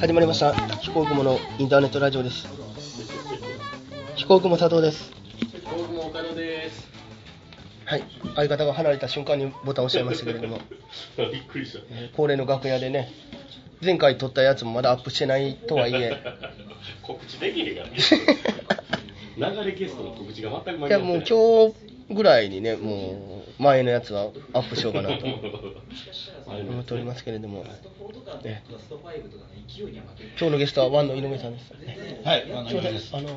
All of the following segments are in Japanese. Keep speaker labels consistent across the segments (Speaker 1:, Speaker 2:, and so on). Speaker 1: 始まりました飛行雲のインターネットラジオです飛行雲佐藤です
Speaker 2: 僕も岡野です。
Speaker 1: はい相方が離れた瞬間にボタンを押しちゃいましたけれど も
Speaker 2: びっくりした。
Speaker 1: えー恒例の楽屋でね前回撮ったやつもまだアップしてないとはいえ
Speaker 2: 告知できへんからね。流れゲストの告知が全く間
Speaker 1: いやもう
Speaker 2: う
Speaker 1: 今日ぐらいにねもう前のやつはアップしようかなと
Speaker 2: 今
Speaker 1: 思っておりますけれども、ね、
Speaker 3: は
Speaker 1: 今日のゲストはワンの井上さんです、ね
Speaker 3: い、あの、
Speaker 1: すいません
Speaker 3: です。
Speaker 1: あのゲ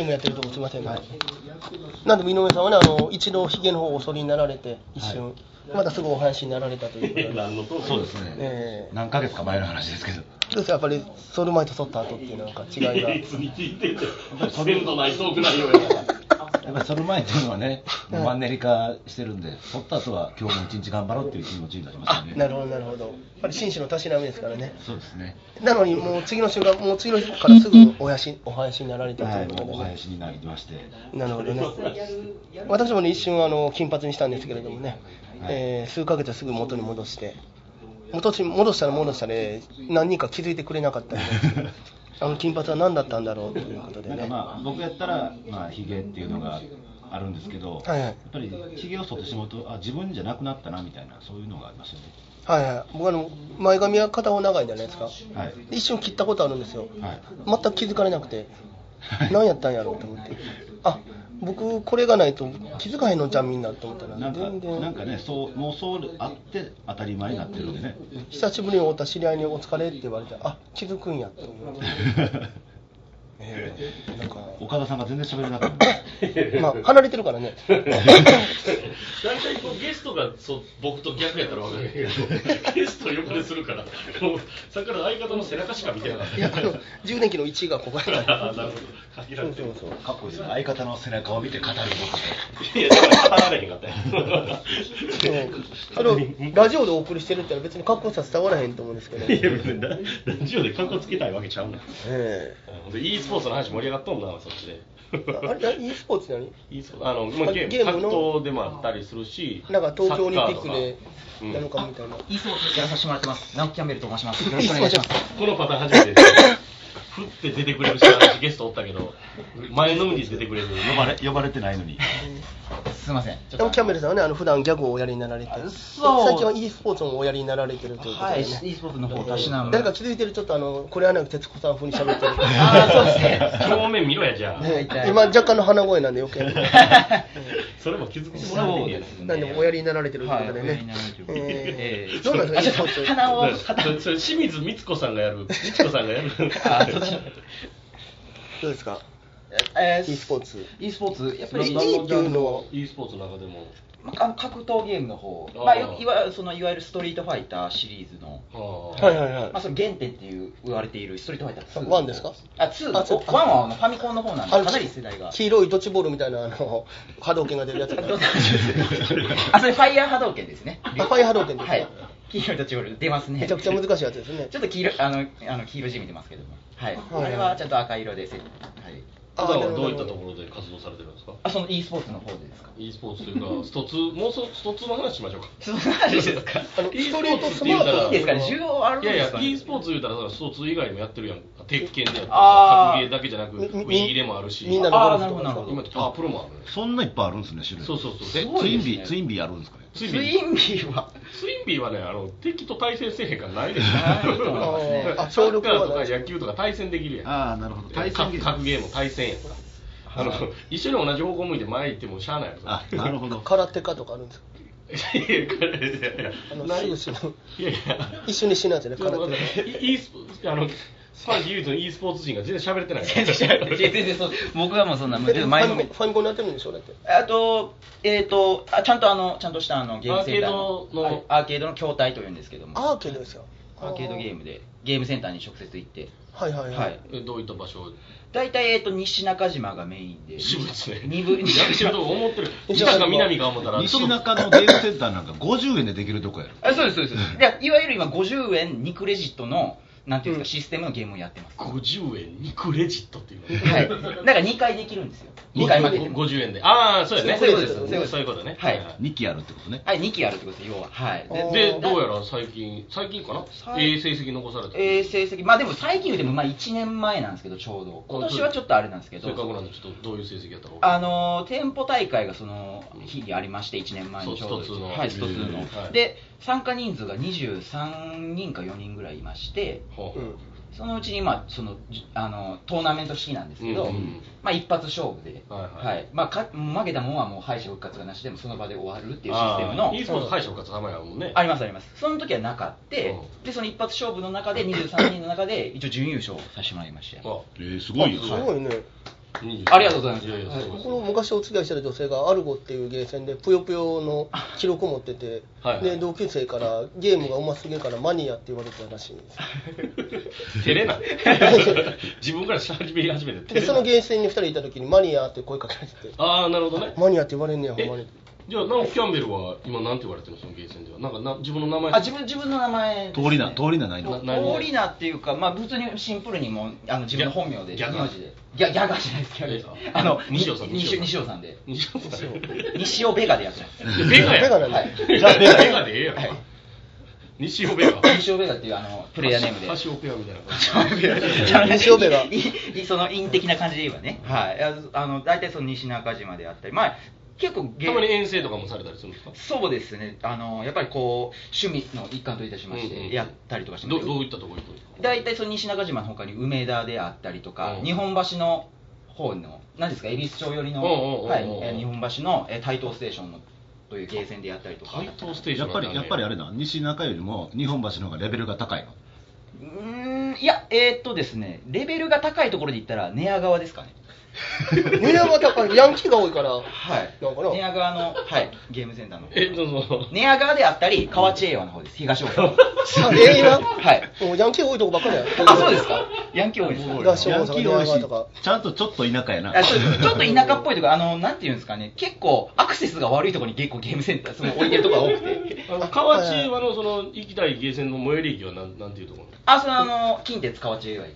Speaker 1: ームやってるとこすいません、なんでも井上さんはねあの一度ひげの方をお剃りになられて一瞬、またすぐお話になられたということで、
Speaker 2: 何のトーク
Speaker 3: そうですね。
Speaker 1: ええ
Speaker 3: 何ヶ月か前の話ですけど。
Speaker 1: どうですかやっぱり剃る前と剃った後っていうなんか違いが
Speaker 2: いつに聞いてんじゃん。鮮度ないトーク内容やから。
Speaker 3: やっぱりその前っていうのはね、 もうマンネリ化してるんで、取った後は今日も一日頑張ろうっていう気持ちになりますよ
Speaker 1: あな
Speaker 3: ね。
Speaker 1: るほどなるほどやっぱり紳士のたしなみですからね
Speaker 3: そうですね。
Speaker 1: なのにもう次の週がもう次の日からすぐおやしお囃子になられた
Speaker 3: はい、
Speaker 1: というこ
Speaker 3: も
Speaker 1: と
Speaker 3: うお
Speaker 1: で、
Speaker 3: 囃子になりまして。
Speaker 1: なるほどね私もね一瞬あの金髪にしたんですけれどもね、
Speaker 3: はい
Speaker 1: えー数ヶ月はすぐ元に戻して元に戻したら戻したらね何人か気づいてくれなかった んであの金髪は何だったんだろうということで
Speaker 3: なんか
Speaker 1: ね
Speaker 3: まあ、僕やったら、まあ、ヒゲっていうのがあるんですけど、
Speaker 1: はいはい
Speaker 3: やっぱりヒゲを剃ってしまうと、あ、自分じゃなくなったなみたいな、そういうのがありますよね。
Speaker 1: はいはい僕あの前髪は片方長いじゃないですか
Speaker 3: はい。
Speaker 1: で一瞬切ったことあるんですよ
Speaker 3: はい。
Speaker 1: 全く気づかれなくて 何やったんやろうと思ってあ僕これがないと気づかへんのじゃんみんなと思ったら
Speaker 3: なんか、
Speaker 1: 全然
Speaker 3: なんかね、そう、もうそうあって、当たり前になってるんで ね。
Speaker 1: 久しぶりに会った知り合いに「お疲れ」って言われてあ気づくんやと思って、ええなんか
Speaker 3: 岡田さんが全然喋れなかった。
Speaker 1: ま あ離れてるからね
Speaker 2: 大体こうゲストがそう僕と逆やったら分かるけど、ゲスト横でするから、もうさっ きから相方の背中しか見てなかった。
Speaker 1: いやあの充電器の1位がここやか
Speaker 2: あ
Speaker 1: ら
Speaker 2: ーなるほど。
Speaker 1: そ
Speaker 2: 限られ
Speaker 1: う
Speaker 2: て
Speaker 1: そ
Speaker 2: る
Speaker 1: うそう
Speaker 3: かっこいいですね。相方の背中を見て語るの。
Speaker 2: いや、だから語られへんかった
Speaker 1: う
Speaker 2: よ。
Speaker 1: んそれをラジオでお送りしてるってのは別に格好さ伝わらへんと思うんです けど、
Speaker 2: い
Speaker 1: え
Speaker 2: や、別にララジオで観光つけたいわけちゃうねん。
Speaker 1: え
Speaker 2: ほんで e スポーツの話盛り上がっとんな、そっちで。
Speaker 1: あれ e スポーツって何
Speaker 2: e スポーツあの、まあ、ゲーム
Speaker 1: ゲームの
Speaker 2: 格闘でもあったりするし、
Speaker 1: なんか東京オリンピック
Speaker 2: サ
Speaker 1: で
Speaker 2: ッカーとか
Speaker 1: やるかみたいな、
Speaker 4: イースポーツやらさせてもらってます。直木キャンベルと申しま す。よろしくお願いします。
Speaker 2: このパターン初めてです。ふって出てくれるし、私ゲストおったけど、前のめりに出てくれず、
Speaker 3: 呼ばれ、呼ばれてないのに。
Speaker 4: すいません。
Speaker 1: でもキャンベルさんはねあの普段ギャグをおやりになられて
Speaker 4: あそう
Speaker 1: 最近は e スポーツもおやりになられてるということ
Speaker 4: は
Speaker 1: で
Speaker 4: い、e
Speaker 1: ね、
Speaker 4: スポーツの方たしなむ。
Speaker 1: 誰か気づいてるちょっとあのこれはなく徹子さん風に喋ってる
Speaker 4: ああ、そうですね。
Speaker 2: 正面見ろや、じゃあ。
Speaker 1: ね今若干の鼻声なんで余計に
Speaker 2: それも気づくもら
Speaker 4: そうう
Speaker 2: ね
Speaker 4: で。すね。
Speaker 1: なんでもおやりになられてるということで
Speaker 4: はいおやりに
Speaker 1: ね
Speaker 4: なられてる
Speaker 1: え
Speaker 4: え
Speaker 1: ーどうなんですか e スポーツ
Speaker 4: 鼻を、
Speaker 2: それそれ清水光子さんがやる、光子さんがやる。
Speaker 4: あ そっちの
Speaker 1: どうですか
Speaker 4: え
Speaker 1: e スポーツ
Speaker 4: e スポーツ、やっぱ
Speaker 1: 1
Speaker 4: り、
Speaker 1: 位っていうのは
Speaker 2: e スポーツの中でも。
Speaker 4: まあの格闘ゲームの方、
Speaker 2: あー
Speaker 4: まあ、よいわそのいわゆるストリートファイターシリーズの、
Speaker 2: は
Speaker 1: はいはいはい
Speaker 4: まあ、その原点っていう言われているストリートファイター2。
Speaker 1: ワンですか
Speaker 4: あ、2
Speaker 1: あ
Speaker 4: の
Speaker 1: そう
Speaker 4: 方。ワンはあのファミコンの方なんで、
Speaker 1: あの
Speaker 4: かなり世代が。
Speaker 1: 黄色いドッジボールみたいなあの 波動拳が出るやつが
Speaker 4: ど うぞあ、それファイヤー波動拳ですね。
Speaker 1: あファイ波動拳ですか
Speaker 4: はい。黄色いドッジボール出ますね。
Speaker 1: めちゃくちゃ難しいやつですね
Speaker 4: ちょっと黄色あのあの黄色地味てますけども、はい、
Speaker 1: はい
Speaker 4: あれはちゃんと赤色でせ、はい、
Speaker 2: 普段はどうい
Speaker 1: な
Speaker 2: った
Speaker 1: る
Speaker 2: と
Speaker 1: ほ
Speaker 2: ころで活動されてるんですか
Speaker 4: あその e スポーツの方でですか。
Speaker 2: e スポーツというか、ストツー、もうそストツーの話しましょうか。
Speaker 4: その話ですか。
Speaker 1: あの
Speaker 2: e
Speaker 1: ストリートスマ
Speaker 2: スポー
Speaker 1: ー
Speaker 2: ツ
Speaker 1: ト
Speaker 2: っ
Speaker 4: い
Speaker 2: て
Speaker 4: い
Speaker 2: 言
Speaker 4: で
Speaker 2: う
Speaker 4: すから需
Speaker 2: た
Speaker 4: 要あるん
Speaker 2: いやい
Speaker 4: ですか、
Speaker 2: や、
Speaker 4: ね。
Speaker 2: e スポーツ言うたら、だからストツー以外もやってるやんか。鉄拳でやったりとか
Speaker 4: あ、
Speaker 2: 格
Speaker 4: ー
Speaker 2: ゲーだけじゃなく、ウ
Speaker 1: みみ
Speaker 2: ィギでもあるし、
Speaker 1: みんなのゴル
Speaker 2: あ
Speaker 1: フ
Speaker 4: あーなる
Speaker 1: と
Speaker 4: ほ
Speaker 1: か
Speaker 4: どなるほど
Speaker 2: 今、パープロもあるね。
Speaker 3: そんないっぱいあるんですね、種類。
Speaker 2: そうそうそう
Speaker 3: え
Speaker 2: す
Speaker 4: ご
Speaker 3: ツイ
Speaker 4: いで
Speaker 3: ン
Speaker 4: すね
Speaker 3: ビー、ツインビーあるんですかね。
Speaker 2: ツ
Speaker 4: ツ
Speaker 2: インビー
Speaker 4: インビーは。
Speaker 2: ツインビーはね、あの敵と対戦せえへんからないです
Speaker 4: ないと思いますね
Speaker 2: あサッカーとか野球とか対戦できるやん。
Speaker 3: ああ、なるほど。
Speaker 2: 対
Speaker 3: 対
Speaker 2: 戦ゲ
Speaker 3: 戦
Speaker 2: ーム
Speaker 3: ゲー
Speaker 2: 格
Speaker 3: ム。
Speaker 2: ゲーも対戦やんか。あの一緒に同じ方向向いて前行ってもしゃあないやん
Speaker 3: あ、なる ほど。
Speaker 1: 空手家とかあるんですか
Speaker 2: いやいやこれいやいや
Speaker 1: あの
Speaker 2: ない
Speaker 1: す
Speaker 2: い
Speaker 1: ぐ死ぬ
Speaker 2: やいや
Speaker 1: 一緒に死ぬやつね
Speaker 2: ちょっ
Speaker 1: 空
Speaker 2: と
Speaker 1: 手
Speaker 2: 待
Speaker 1: 家
Speaker 2: って、e スポあの、スパンキ唯一の e スポーツ人が全然喋れてないから。
Speaker 4: 全然違う全然そう。僕はもうそん な、もう
Speaker 1: え
Speaker 4: 全
Speaker 1: ファ
Speaker 4: 然
Speaker 1: ミ
Speaker 4: 前
Speaker 1: コ
Speaker 4: の
Speaker 1: ン
Speaker 4: めり
Speaker 1: フ。ァミコンになってるんでしょだって
Speaker 4: あと、えっ、とあ、ちゃんとあの、ちゃんとしたあのゲームセンター
Speaker 2: アーケードの
Speaker 4: はいアーケードの筐体というんですけども、
Speaker 1: アーケードですよ
Speaker 4: アーケードゲームで、ゲームセンターに直接行って、
Speaker 1: はいはいは
Speaker 4: はいい
Speaker 2: えどういった場所
Speaker 4: 大体、えっ、と、西中島がメインで、
Speaker 2: 渋いですね。
Speaker 4: 二部、
Speaker 2: やってるとこ 思ってる。
Speaker 1: 西
Speaker 2: 西
Speaker 1: 中
Speaker 2: 中南が思ったら、
Speaker 3: 西中のゲームセンターなんか50円でできるとこやろ。
Speaker 4: あそうです、そうです。でいわゆる今、50円2クレジットの、なんていうんですか、システムのゲームをやってます。
Speaker 2: 50円にクレジットっていう
Speaker 4: はい。なんか2回できるんですよ。2回負けても。
Speaker 2: 50円で。ああ、そうやね。
Speaker 4: そういうことです
Speaker 2: そういうそういうことね。
Speaker 4: はい
Speaker 3: 2期あるってことね。
Speaker 4: はい、2期あるってことです、要は。はい。
Speaker 1: あー
Speaker 2: で、どうやら最近、最近かなええ成績残されて
Speaker 4: えー、成績、まあでも最近言うても、まあ1年前なんですけど、ちょうど。今年はちょっとあれなんですけど
Speaker 2: せっ、かくなんで、ちょっとどういう成績やったか分かんな
Speaker 4: あ
Speaker 2: い
Speaker 4: のー店舗大会がその日にありまして、1年前にちょうど
Speaker 2: ストツーの
Speaker 4: はい、ストツーの、
Speaker 2: へーはい
Speaker 4: で参加人数が23人か4人ぐらいいまして、
Speaker 2: ほう
Speaker 1: うん
Speaker 4: そのうちに、まあ、そのじあのトーナメント式なんですけど、
Speaker 2: うんうん
Speaker 4: まあ、一発勝負で、
Speaker 2: はいはい
Speaker 4: まあ、か負けたもんはもう敗者復活がなしでもその場で終わるっていうシステム
Speaker 2: あ
Speaker 4: の
Speaker 2: ー。e スポーツ敗者復活たまやもんね。
Speaker 4: ありますありますその時はなかって、
Speaker 2: うん
Speaker 4: でその一発勝負の中で23人の中で一応準優勝させてもらいました
Speaker 2: あ
Speaker 3: えー、すごいよ。
Speaker 1: すごいね、
Speaker 2: 20
Speaker 4: ありがとうございます
Speaker 2: いやいや
Speaker 1: はい
Speaker 2: そう
Speaker 1: こ
Speaker 2: です
Speaker 1: この昔お付き合いしてる女性がアルゴっていうゲーセンでぷよぷよの記録を持ってて
Speaker 2: はいはい
Speaker 1: で同級生からゲームがうますぎるからマニアって言われてたらしい んです
Speaker 2: 照れない自分からし始め始めて
Speaker 1: で
Speaker 2: 照れ
Speaker 1: そ
Speaker 2: な
Speaker 1: の
Speaker 2: い
Speaker 1: ゲーセンに2人いた時にマニアって声かけられ て
Speaker 2: ああなるほどね
Speaker 1: マニアって言われんねやほんま
Speaker 2: え
Speaker 1: に
Speaker 2: じゃあナオキャンベルは今なんて言われてるのそのゲーセンではなんかな自分の名前
Speaker 4: あ自分自分の名前ですね、
Speaker 3: 通りな、通りなないんだ
Speaker 2: な。何
Speaker 4: オーリナっていうか、まあ、普通にシンプルにもうあの自分の本名で
Speaker 2: ギャギャガ
Speaker 4: 名字でギャギャガじゃないですギャガじゃない
Speaker 2: え
Speaker 4: あの
Speaker 2: 西尾さん
Speaker 4: に西尾
Speaker 2: 西
Speaker 4: 西
Speaker 2: 尾
Speaker 4: 尾さんで
Speaker 2: 西尾さん
Speaker 4: 西尾ベガでやってます
Speaker 2: いやベガや
Speaker 1: ベガなんだ
Speaker 2: ベガベガでええやん
Speaker 4: はい
Speaker 2: 西尾ベガ
Speaker 4: 西尾ベガっていうあのプレイヤーネームで
Speaker 2: 橋尾ペアみたいな感じ
Speaker 1: 西尾ベガ
Speaker 4: いいいその陰的な感じで言えばねはいああの大体その西中島であったりまあ結構ゲ
Speaker 2: たまに遠征とかもされたりするんですか
Speaker 4: そうですねあのやっぱりこう趣味の一環といたしまし
Speaker 2: うんうん
Speaker 4: てやったりとかしてます
Speaker 2: どどういったとこ行くんですか
Speaker 4: 大体その西中島の他に梅田であったりとか、
Speaker 2: うん
Speaker 4: 日本橋の方の何ですか恵比寿町寄りの、
Speaker 2: うんうんうんうん
Speaker 4: はいえー日本橋の、えー台東ステーションのというゲーセンでやったりとか
Speaker 2: 台東ステージ
Speaker 3: やっぱり、やっぱりあ
Speaker 2: れ
Speaker 3: れだ、西中よりも日本橋の方がレベルが高いの。
Speaker 4: うーんいやえーっとですねレベルが高いところで言ったら寝屋川ですかね
Speaker 1: 値段が高いヤンキーが多いから
Speaker 4: はい
Speaker 1: なんかな
Speaker 4: 寝屋川の、はい、ゲームセンターの
Speaker 2: えどうぞ
Speaker 4: 寝屋川であったり河内栄和の方です東大阪
Speaker 1: あええな
Speaker 4: はい
Speaker 1: もうヤンキー多いとこばっかりや
Speaker 4: あそうですかヤンキー多いですか
Speaker 1: 合唱
Speaker 3: ヤ
Speaker 1: 大
Speaker 3: ンキ
Speaker 1: 阪寝
Speaker 3: ー多
Speaker 1: 屋
Speaker 3: い
Speaker 1: 川とか
Speaker 3: し、ちゃんとちょっと田舎やな。
Speaker 4: あちょちょっと田舎っぽいというか、あのなんていうんですかね、結構アクセスが悪いところに結構ゲームセンター、その置いてるところが多くて、
Speaker 2: あの河内はのその行きたいゲーセンの最寄り駅はなんなんていうところ
Speaker 4: あそのあの近鉄河内以外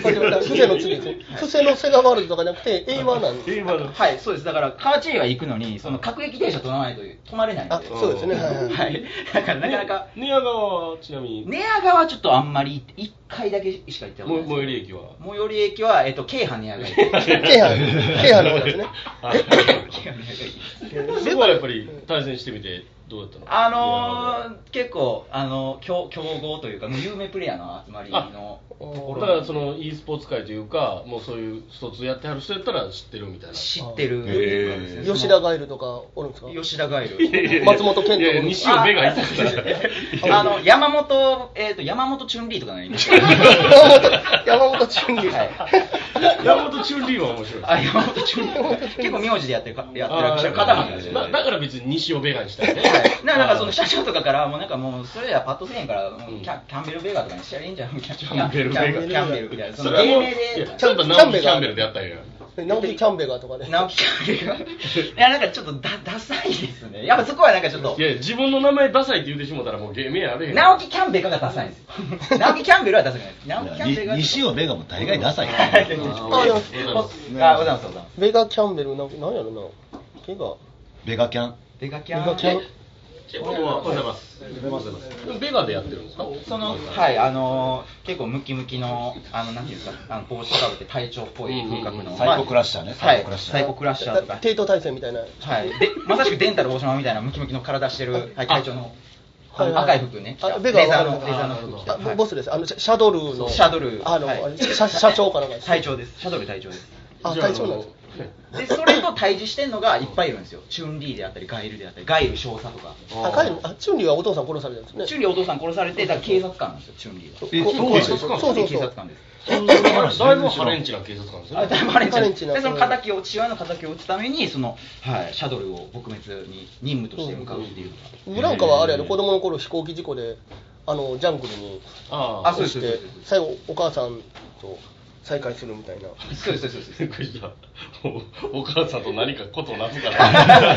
Speaker 1: こうやって伏せの次です伏せのセガワールドとかじゃなくて英和 なんで
Speaker 2: え今の
Speaker 4: はい、そうです、だから河内以外行くのに、その各駅停車取らないと止まれないんで、
Speaker 1: あそうですねはいはい
Speaker 4: はい、だからなかなか、
Speaker 2: 寝屋川はちなみに
Speaker 4: 寝屋川はちょっとあんまり1回だけしか行ったことないで
Speaker 2: も最
Speaker 4: す。
Speaker 2: 寄り駅は
Speaker 4: 最寄り駅は、えっと、京阪寝 屋川
Speaker 1: 京阪京阪の方ですね
Speaker 2: あ
Speaker 4: 京阪寝屋川
Speaker 2: そこはやっぱり対戦してみてどうだったの
Speaker 4: あのー、結構、あの強強豪というか、もう有名プレイヤーの集まりのところ
Speaker 2: だからその e スポーツ界というかもうそういうストツーやってはる人やったら知ってるみたいな
Speaker 4: 知ってる、
Speaker 3: へ
Speaker 1: 吉田ガエルとかおるんですか
Speaker 4: 吉田ガイル
Speaker 1: 松本健
Speaker 2: いやいや
Speaker 1: 太
Speaker 2: 西尾目が痛くなる
Speaker 4: あの山本、えー、と山本チュンリーとかのいました
Speaker 1: 郎山本俊二
Speaker 2: 山本チュンリーは面白い
Speaker 4: あ山本チュンリー結構名字でやってるかやってらっしゃる方なんですよ
Speaker 2: だだから別に西尾ベガにしたいね
Speaker 4: はいななんかその社長とかから、もうなんかもう、それやパッとせえへんから、もうキャキャンベル・ベガとかにしちゃいいんじゃん、キャ
Speaker 2: キャンベルベガ
Speaker 4: キャンキャンベルみたいな、そ
Speaker 2: そ
Speaker 4: の
Speaker 2: れは
Speaker 4: 芸
Speaker 2: もう
Speaker 4: 名
Speaker 2: い
Speaker 4: で
Speaker 2: やちゃんと直木キャンベルでやったんや
Speaker 1: 直樹キャンベガーとかね
Speaker 4: 直樹キャンベルが、いや、なんかちょっとだダサいですね、やっぱそこはなんかちょっと
Speaker 2: い、や自分の名前ダサいって言うてしもたらもう芸名あれへ ん
Speaker 4: 直樹キャンベルがダサいんですよ、直樹キャンベルはダサくないです、直樹キャンベル
Speaker 3: に
Speaker 4: が
Speaker 3: 西尾ベガも大概 ダサいよ。
Speaker 1: あいや
Speaker 4: あ、ございます、ございます。
Speaker 1: ベガキャンベルなんなんやろなベガ
Speaker 3: ベガキャン。
Speaker 4: ベガキ
Speaker 1: ベ
Speaker 4: ャン
Speaker 1: ガキャン
Speaker 2: おはようございますベガでやってるんですか
Speaker 4: そのはいあのー結構ムキムキのあのなんていうんですかあの帽子かぶって体調っぽい風格の、
Speaker 2: うんうんうん
Speaker 4: まあ
Speaker 3: サイコクラッシャーね
Speaker 4: は
Speaker 3: サ
Speaker 4: い
Speaker 3: イコクラッシャー
Speaker 4: サイコクラッシャーとか
Speaker 1: 帝都大戦みたいな
Speaker 4: はいでまさしくデンタル大島みたいなムキムキの体してる、はい、会長のあ
Speaker 1: はい
Speaker 4: の
Speaker 1: はい
Speaker 4: 赤い服ね
Speaker 1: あ
Speaker 4: レ
Speaker 1: ベガ
Speaker 4: ザー
Speaker 1: わ
Speaker 4: の
Speaker 1: か
Speaker 4: レ
Speaker 1: る
Speaker 4: ザーの
Speaker 2: あ
Speaker 4: 服着た
Speaker 1: あ
Speaker 4: はい
Speaker 1: ボスですあのシャシャドルの
Speaker 4: シャドル
Speaker 1: あの
Speaker 4: はい
Speaker 1: あれ社社長かなんかです
Speaker 4: 隊長ですシャドル隊長です
Speaker 1: あ隊長なんです
Speaker 4: でそれと対峙してんのがいっぱいいるんですよチュンリーであったりガイルであったりガイル少佐とか
Speaker 1: 赤いのあチュンリーはお父さん殺されたんですね
Speaker 4: チュンリーお父さん殺されてだから警察官なんですよチュンリーは
Speaker 3: え
Speaker 1: こ
Speaker 3: そうなんですか
Speaker 1: そうそ
Speaker 4: チュンリー
Speaker 1: うそ
Speaker 4: 警
Speaker 1: う
Speaker 4: 察官です
Speaker 2: だいぶハレンチな警察官です
Speaker 4: あ
Speaker 2: ね
Speaker 4: だいぶあれ
Speaker 1: カレン
Speaker 4: じ
Speaker 1: チ
Speaker 4: ゃん
Speaker 1: な
Speaker 4: でその敵を父親の敵を撃つためにその、はい、シャドルを撲滅に任務として向かうっていうのが、
Speaker 1: ブランカはあれやろ子供の頃飛行機事故であのジャングルに
Speaker 2: あ
Speaker 4: あ
Speaker 2: あ
Speaker 4: そうで
Speaker 1: し
Speaker 4: す
Speaker 1: て最後お母さんと再会するみたいな。
Speaker 4: そうですそうですそう
Speaker 2: びっ
Speaker 4: です
Speaker 2: くりしたおお母さんと何かことなすから。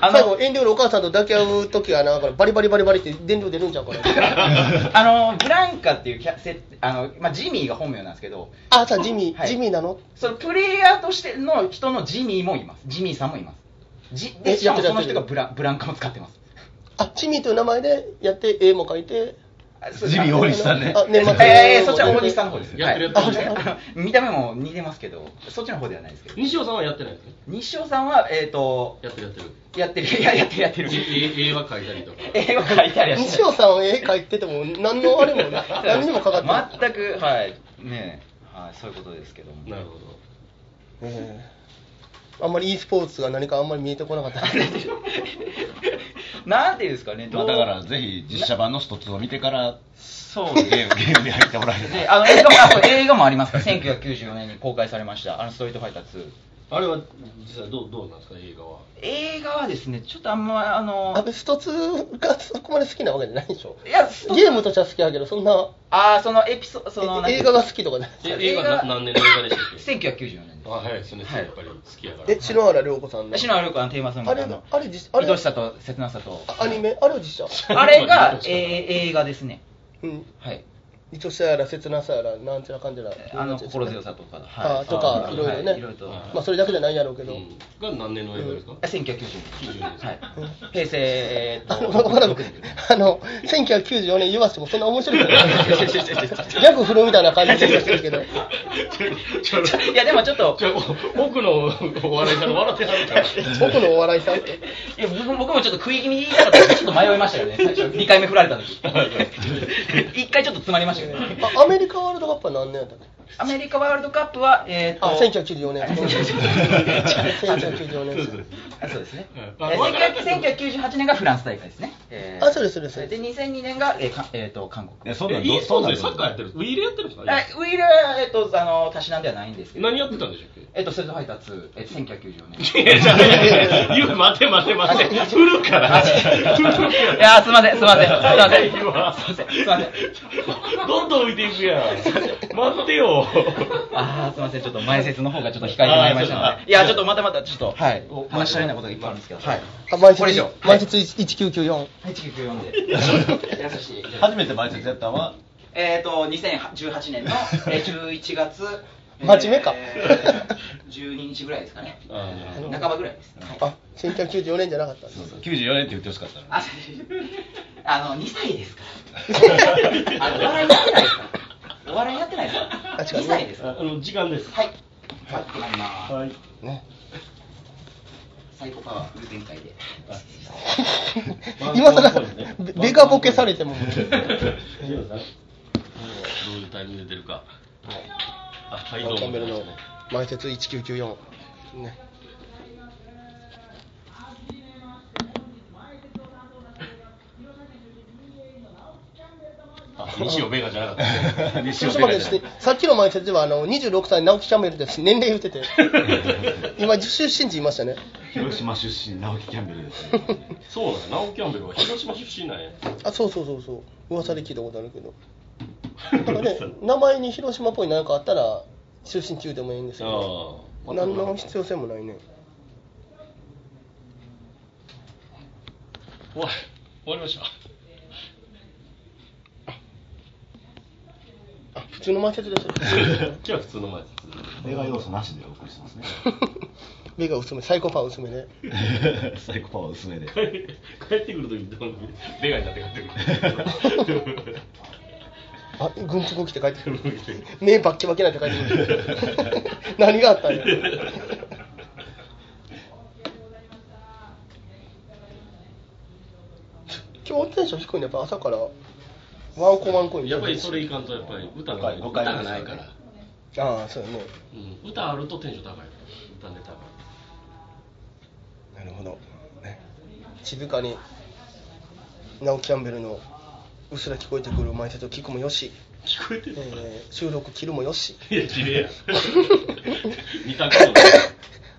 Speaker 4: あ
Speaker 1: 最
Speaker 4: の
Speaker 1: 後、遠慮のお母さんと抱き合う時はな、これバリバリバリバリって電流出るんちゃうかな。
Speaker 4: あのブランカっていうキャセあの、まあ、ジミーが本名なんですけど
Speaker 1: あ、さ、ジミー、
Speaker 4: はい
Speaker 1: ジミーなの
Speaker 4: そのプレイヤーとしての人のジミーもいますジミーさんもいますじで
Speaker 1: え
Speaker 4: しかも
Speaker 1: やってる
Speaker 4: その人が
Speaker 1: やって
Speaker 4: ブラブランカも使ってます
Speaker 1: あ、ジミーという名前でやって、絵も描いて、
Speaker 4: あそう
Speaker 3: ジミー大西さんね。
Speaker 1: あ年末
Speaker 4: えー、そっちは大西さんの方です。
Speaker 2: やってるやつ
Speaker 4: はい あの見た目も似てますけど、そっちの方ではないですけど。
Speaker 2: 西尾さんはやってないですね。
Speaker 4: 西尾さんは、えっ、と、
Speaker 2: やってるやってる。
Speaker 4: やってる、いや、やってる、やってる。
Speaker 2: 絵絵は描いたりとか。
Speaker 4: 絵を描いたりはして
Speaker 1: 西尾さんは絵描いてても、何のあれも な、何にもかかってない。
Speaker 4: 全く、はい。ねえはい、そういうことですけども。
Speaker 2: なるほど。
Speaker 1: ねえあんまり e スポーツが何かあんまり見えてこなかった
Speaker 4: なんていうんですかね、
Speaker 3: ま
Speaker 4: ど
Speaker 3: あ、
Speaker 4: う
Speaker 3: だから、ぜひ実写版の一つを見てから、
Speaker 4: そう
Speaker 3: ゲ
Speaker 4: ですね
Speaker 3: ーム、ゲームに入ってもらえ
Speaker 4: で
Speaker 3: れば。
Speaker 4: あの映画もあそう映画もありますから、1994年に公開されました、あのストリートファイター2。
Speaker 2: あれは実際どうどうなんですか映画は。
Speaker 4: 映画はですね、ちょっとあんま、あの
Speaker 1: 安、倍スト2がそこまで好きなわけじゃないでしょ
Speaker 4: いや、スト
Speaker 1: ゲームとしては好きだけどそんな
Speaker 4: ああ、そのエピソード、その、なんてい
Speaker 1: え
Speaker 4: う
Speaker 1: 映画
Speaker 4: んですか
Speaker 1: が好きとかじゃない
Speaker 2: え
Speaker 4: いや
Speaker 2: 映画
Speaker 4: 映画
Speaker 2: な何年の映画でしたっけ。
Speaker 4: 1994年
Speaker 2: あ
Speaker 4: です。
Speaker 2: はいそうですね。
Speaker 4: はい
Speaker 2: やっぱり好きやから。
Speaker 1: え篠原涼子さんの
Speaker 4: 私のある子のテーマソング
Speaker 1: あれ
Speaker 4: の
Speaker 1: あれ実あれ
Speaker 4: 愛しさと切なさと
Speaker 1: あアニメあれは実写
Speaker 4: あ れが、えー映画ですね
Speaker 1: うん
Speaker 4: はい
Speaker 1: 一応さやら切なさやらなんてな感じな
Speaker 4: あの心強さとか
Speaker 1: あ
Speaker 4: は
Speaker 1: あ
Speaker 4: い
Speaker 1: とかいろいろ
Speaker 4: はい
Speaker 1: ね
Speaker 4: いろいろと
Speaker 1: まあそれだけじゃないやろうけど、
Speaker 2: うんが何年の映画ですか。
Speaker 4: 1990年
Speaker 2: 90年です
Speaker 4: はい平成えー
Speaker 1: あ
Speaker 4: っ
Speaker 1: の、
Speaker 4: と
Speaker 1: わからん
Speaker 4: 6年
Speaker 1: あの、1994年言わせてもそんな面白く ない。ギャグ振るみたいな感じで言ってるけど。
Speaker 2: ちょちょ
Speaker 4: いやでもちょっと
Speaker 2: ちょお奥のお笑いから笑ってはるから。
Speaker 1: 僕のお笑いさんって。
Speaker 4: いや僕僕もちょっと食い気味に言いたかったんでちょっと迷いました よね最初2回目振られた 時一回ちょっと詰まりましたけどね
Speaker 1: あアメリカワールドカップは何年やったっけ
Speaker 4: アメリカワールドカップはえーっと
Speaker 1: あ、1994年。1994年。
Speaker 4: あそうですね。え
Speaker 2: あ
Speaker 4: ー1900 1998年がフランス大会ですね。えー
Speaker 1: あそうですそうです
Speaker 4: で、2002年が、えーかえーと韓国。
Speaker 3: え、そん
Speaker 2: え
Speaker 3: なん
Speaker 2: い
Speaker 3: ど、
Speaker 2: いそ
Speaker 3: そ
Speaker 2: う
Speaker 3: んなん
Speaker 2: ですね。サッカーやって
Speaker 3: る。
Speaker 2: る。ウィーレやってるんですか。
Speaker 4: あウィールは、えっと、あの、たしなんではないんですけど。
Speaker 2: 何やってたんでしたっけ。
Speaker 4: えっと、ストリートファイター2、えっと、1994年。
Speaker 2: いや、じゃあいやいやいや、待て待て待て、振るから。振るから
Speaker 4: いやーすいません、すいません、すいません。すい
Speaker 2: は
Speaker 4: ません、すいません。
Speaker 2: どんどん浮いていくやん。待ってよ。
Speaker 4: あー、すいません、ちょっと前説の方がちょっと控えてまいりましたの
Speaker 2: あーそう
Speaker 4: で。いや、ちょっとまたまた、ちょっと、はい、お話し足りないことがいっぱいあるんですけど、はい。
Speaker 1: あ毎
Speaker 4: これ以
Speaker 1: 日
Speaker 4: 上、
Speaker 1: 毎日1994。
Speaker 4: はい、1994で。優しい。
Speaker 3: 初めて前説やったのは、
Speaker 4: えっと、2018年の えー11月。えー
Speaker 1: 真面目か
Speaker 4: 12日ぐらいですか ね。
Speaker 2: あー
Speaker 4: 半ばぐらいです。はい
Speaker 1: あ、1994年じゃなかったん です。
Speaker 3: 94年って言ってほしかったの。
Speaker 4: あ、そうあの、2歳です から。あの、お笑いやってないですから。お笑いやってないですから。
Speaker 1: あ違うね
Speaker 4: 2歳ですから。
Speaker 2: あの時間です。
Speaker 4: はい。はい、決まります。
Speaker 2: はい。
Speaker 1: ね。
Speaker 4: サイコパワーフル展開で。
Speaker 1: 今さら、べベガボケされても。
Speaker 2: どういうタイミングで出るか。あ、はい、どう
Speaker 1: キャンベルの
Speaker 2: も。
Speaker 1: 毎節1994。ね。
Speaker 2: あ、西尾ベガじゃなかった。
Speaker 1: ちょっと待ってですねさっきの前説ではあの26歳直木キャンベルです年齢言って て今出身地いましたね
Speaker 3: 広島出身、直木キャンベルですね。
Speaker 2: そうなんや、ナオキャンベルは広島出身なんや。
Speaker 1: あそうそうそうそう噂で聞いたことあるけどだから ね名前に広島っぽい何かあったら出身中でもいいんですけど
Speaker 2: ああ、
Speaker 1: 何の必要性もないね
Speaker 2: 終わ終わりました。
Speaker 1: あ普通の前説 ですよ
Speaker 2: じゃあ普通の前説。
Speaker 3: 映画要素なしでお送りしてます ね。
Speaker 1: 目が薄めサイコパン薄めね
Speaker 3: サイコパワー薄めで。
Speaker 2: 帰ってくるとき、どうベガになって帰ってくる。
Speaker 1: あ軍服着て帰ってくる目バッキバキなんて帰ってく る何があったんや今日テンション低いねやっぱ朝からワンコワンコ
Speaker 2: やっぱりそれいかんと、やっぱり歌がない
Speaker 3: 誤解
Speaker 2: 歌
Speaker 3: 誤解
Speaker 2: がないから。
Speaker 1: ああそうやね
Speaker 2: うん、歌あるとテンション高い。歌ネタが。
Speaker 1: なるほど、ね、静かにナオキャンベルのうっすら聞こえてくる前説を聞くもよし、
Speaker 2: 聞こえて
Speaker 1: え
Speaker 2: る。
Speaker 1: ー収録切るもよし
Speaker 2: いや、綺麗や。見たこ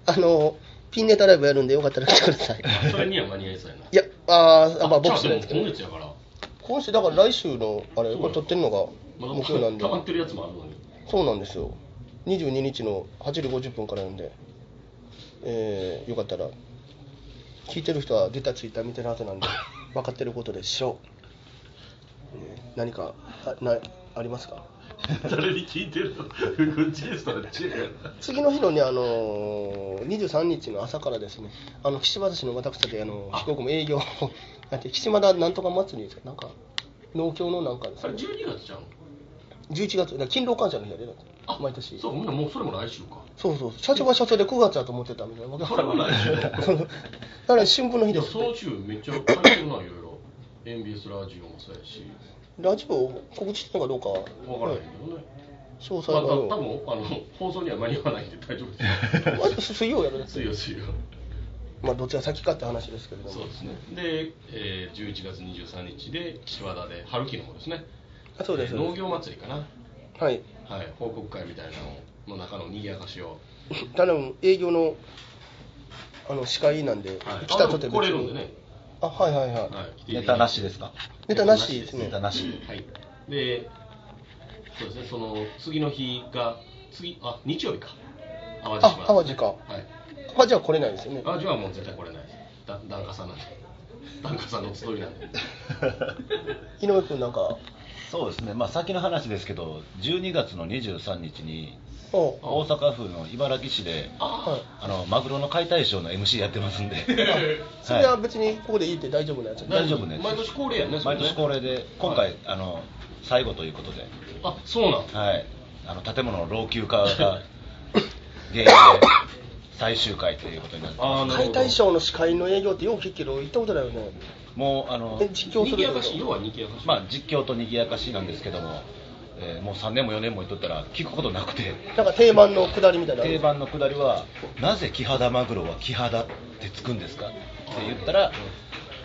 Speaker 2: と
Speaker 1: あ
Speaker 2: な
Speaker 1: のピンネタライブやるんでよかったら来てください
Speaker 2: い。それには間に合いそうやな。
Speaker 1: いやあーあまあ僕
Speaker 2: じ
Speaker 1: じ
Speaker 2: ゃ
Speaker 1: ゃ
Speaker 2: あ
Speaker 1: な
Speaker 2: で
Speaker 1: い
Speaker 2: も
Speaker 1: ですけど
Speaker 2: 今月やから。
Speaker 1: 今週だから来週のあれこれ撮ってるのが
Speaker 2: まだ
Speaker 1: 目標なんで
Speaker 2: 溜まってるやつもあるのに。
Speaker 1: そうなんですよ22日の8時50分からなんで、えーよかったら聞いてる人は出たツイッター見てるはずなん で分かってることでしょう、ね何かあなありますか
Speaker 2: 誰に聞いてるのこっちですこっち
Speaker 1: 次の日のね、あのー、23日の朝からですね、あの岸和田市の私たち、あの飛行機も営業を やって、岸和田なんとか祭りですか、なんか、農協のなんかです
Speaker 2: あれ
Speaker 1: ね、
Speaker 2: 12月じゃん
Speaker 1: 11月、だから勤労感謝の日やで、だって
Speaker 2: あ
Speaker 1: 毎年。
Speaker 2: そうほんならもうそれも来週か
Speaker 1: そうそう、社長は社長で9月だと思ってたみたいな、わけ
Speaker 2: それも来週だ
Speaker 1: そうだから春分の日
Speaker 2: い
Speaker 1: で
Speaker 2: や
Speaker 1: すって
Speaker 2: その週めっちゃ感じるないろいろ NBS ラジオもそうやし
Speaker 1: ラジオ告知したのかどうかは、
Speaker 2: 分からへん
Speaker 1: ね
Speaker 2: けどね
Speaker 1: 詳細
Speaker 2: ま
Speaker 1: は
Speaker 2: あ、た多分あの放送には間に合わないんで大丈夫で
Speaker 1: まあ、水曜や るね、
Speaker 2: す水曜水曜
Speaker 1: まあ、どっちが先かって話ですけれども
Speaker 2: そう、ですねで、えー、11月23日で岸和田で春樹の方ですね
Speaker 1: あそうです、
Speaker 2: えー農業祭りかな
Speaker 1: はい、
Speaker 2: はい報告会みたいなのの中の賑やかしを
Speaker 1: ただ営業のあの司会なんで、
Speaker 2: はい
Speaker 1: 来たとて
Speaker 2: あ来れるんでね
Speaker 1: あはいはいはい、
Speaker 2: はい来ていただいて
Speaker 3: ネタなしですか
Speaker 1: ネタなしですね
Speaker 3: ネタなし
Speaker 2: はいでそうですねその次の日が次あ日曜日か淡路島
Speaker 1: あ淡路か
Speaker 2: はい
Speaker 1: あじゃあ来れないですよね
Speaker 2: 淡路はもう絶対来れないですだ檀家さんなんで檀家さんの集いなん で
Speaker 1: 井上君なんか
Speaker 3: そうですね、まあ、先の話ですけど、12月の23日に、
Speaker 1: お
Speaker 2: あ
Speaker 3: 大阪府の茨城市で、
Speaker 1: はい
Speaker 3: あのマグロの解体ショーの MC やってますんで、
Speaker 1: それは別にここでいいって 大丈夫なやつ、
Speaker 3: い大丈夫ね
Speaker 2: 毎年恒例やんねそれ
Speaker 3: 毎
Speaker 2: ね
Speaker 3: 年恒例で、今
Speaker 2: は
Speaker 3: 回、
Speaker 2: い
Speaker 3: あの最後ということで、
Speaker 2: あそうなん
Speaker 3: はい、あの建物の老朽化が原因で最終回ということになってます、
Speaker 2: あーなる
Speaker 1: 解
Speaker 2: ほど
Speaker 1: 体ショーの司会の営業ってよう聞くけど行ったことないよね
Speaker 3: もうあの
Speaker 1: え実況す
Speaker 2: に
Speaker 1: る
Speaker 2: ぎ
Speaker 1: け
Speaker 2: や
Speaker 1: ど
Speaker 2: かし要はにぎやかし、
Speaker 3: まあ、実況と賑やかしなんですけども、えーもう3年も4年も言っとったら、聞くことなくて。
Speaker 1: なんか定番のくだりみたいな
Speaker 3: 定番のくだりは「なぜキハダマグロはキハダってつくんですか?」って言ったら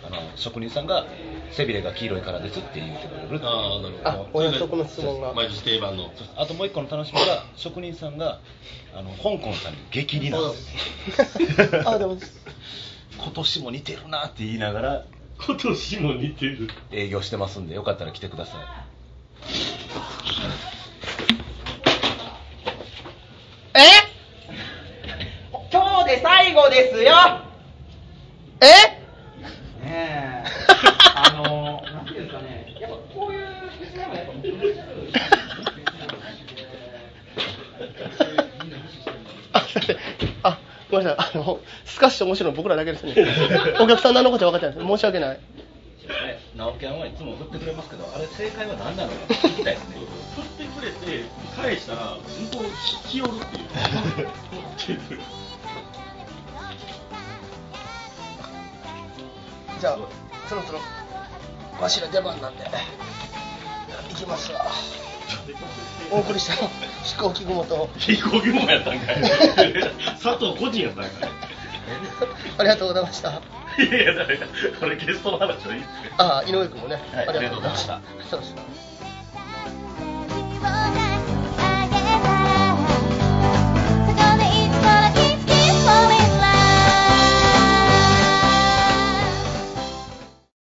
Speaker 3: あの職人さんが「背びれが黄色いからです」って言ってくれる
Speaker 2: ああなるほど
Speaker 1: あお約束の質問が
Speaker 2: 毎日定番 の
Speaker 3: あともう一個の楽しみが職人さんがあの香港さんに激似なんですよ
Speaker 1: あでも
Speaker 3: 今年も似てるなって言いながら
Speaker 2: 今年も似てる
Speaker 3: 営業してますんでよかったら来てください
Speaker 4: え今日で最後ですよ
Speaker 1: え
Speaker 4: ねえあのなんていうんですかねやっぱこういうフェスでもやっぱ面白いですよ
Speaker 1: ああごめんなさいあのスカッシュ面白いの僕らだけですねお客さん何のことは分かってないです申し訳ない
Speaker 3: 直樹はんはいつも振ってくれますけどあれ正解は何なのか聞きたいですね
Speaker 2: 振ってくれて返したら向こう引き寄るっていう
Speaker 1: じゃあそろそろわしら出番なんで行きますわお送りしたの飛行機雲と
Speaker 2: 飛行機もやったん かい佐藤個人やったんか
Speaker 1: ありがとうございました
Speaker 2: いいやいやだからこれゲストの話はいい
Speaker 1: ああ井上君もね、
Speaker 3: はい
Speaker 1: ありがとうございました
Speaker 3: ありがとう
Speaker 1: そうです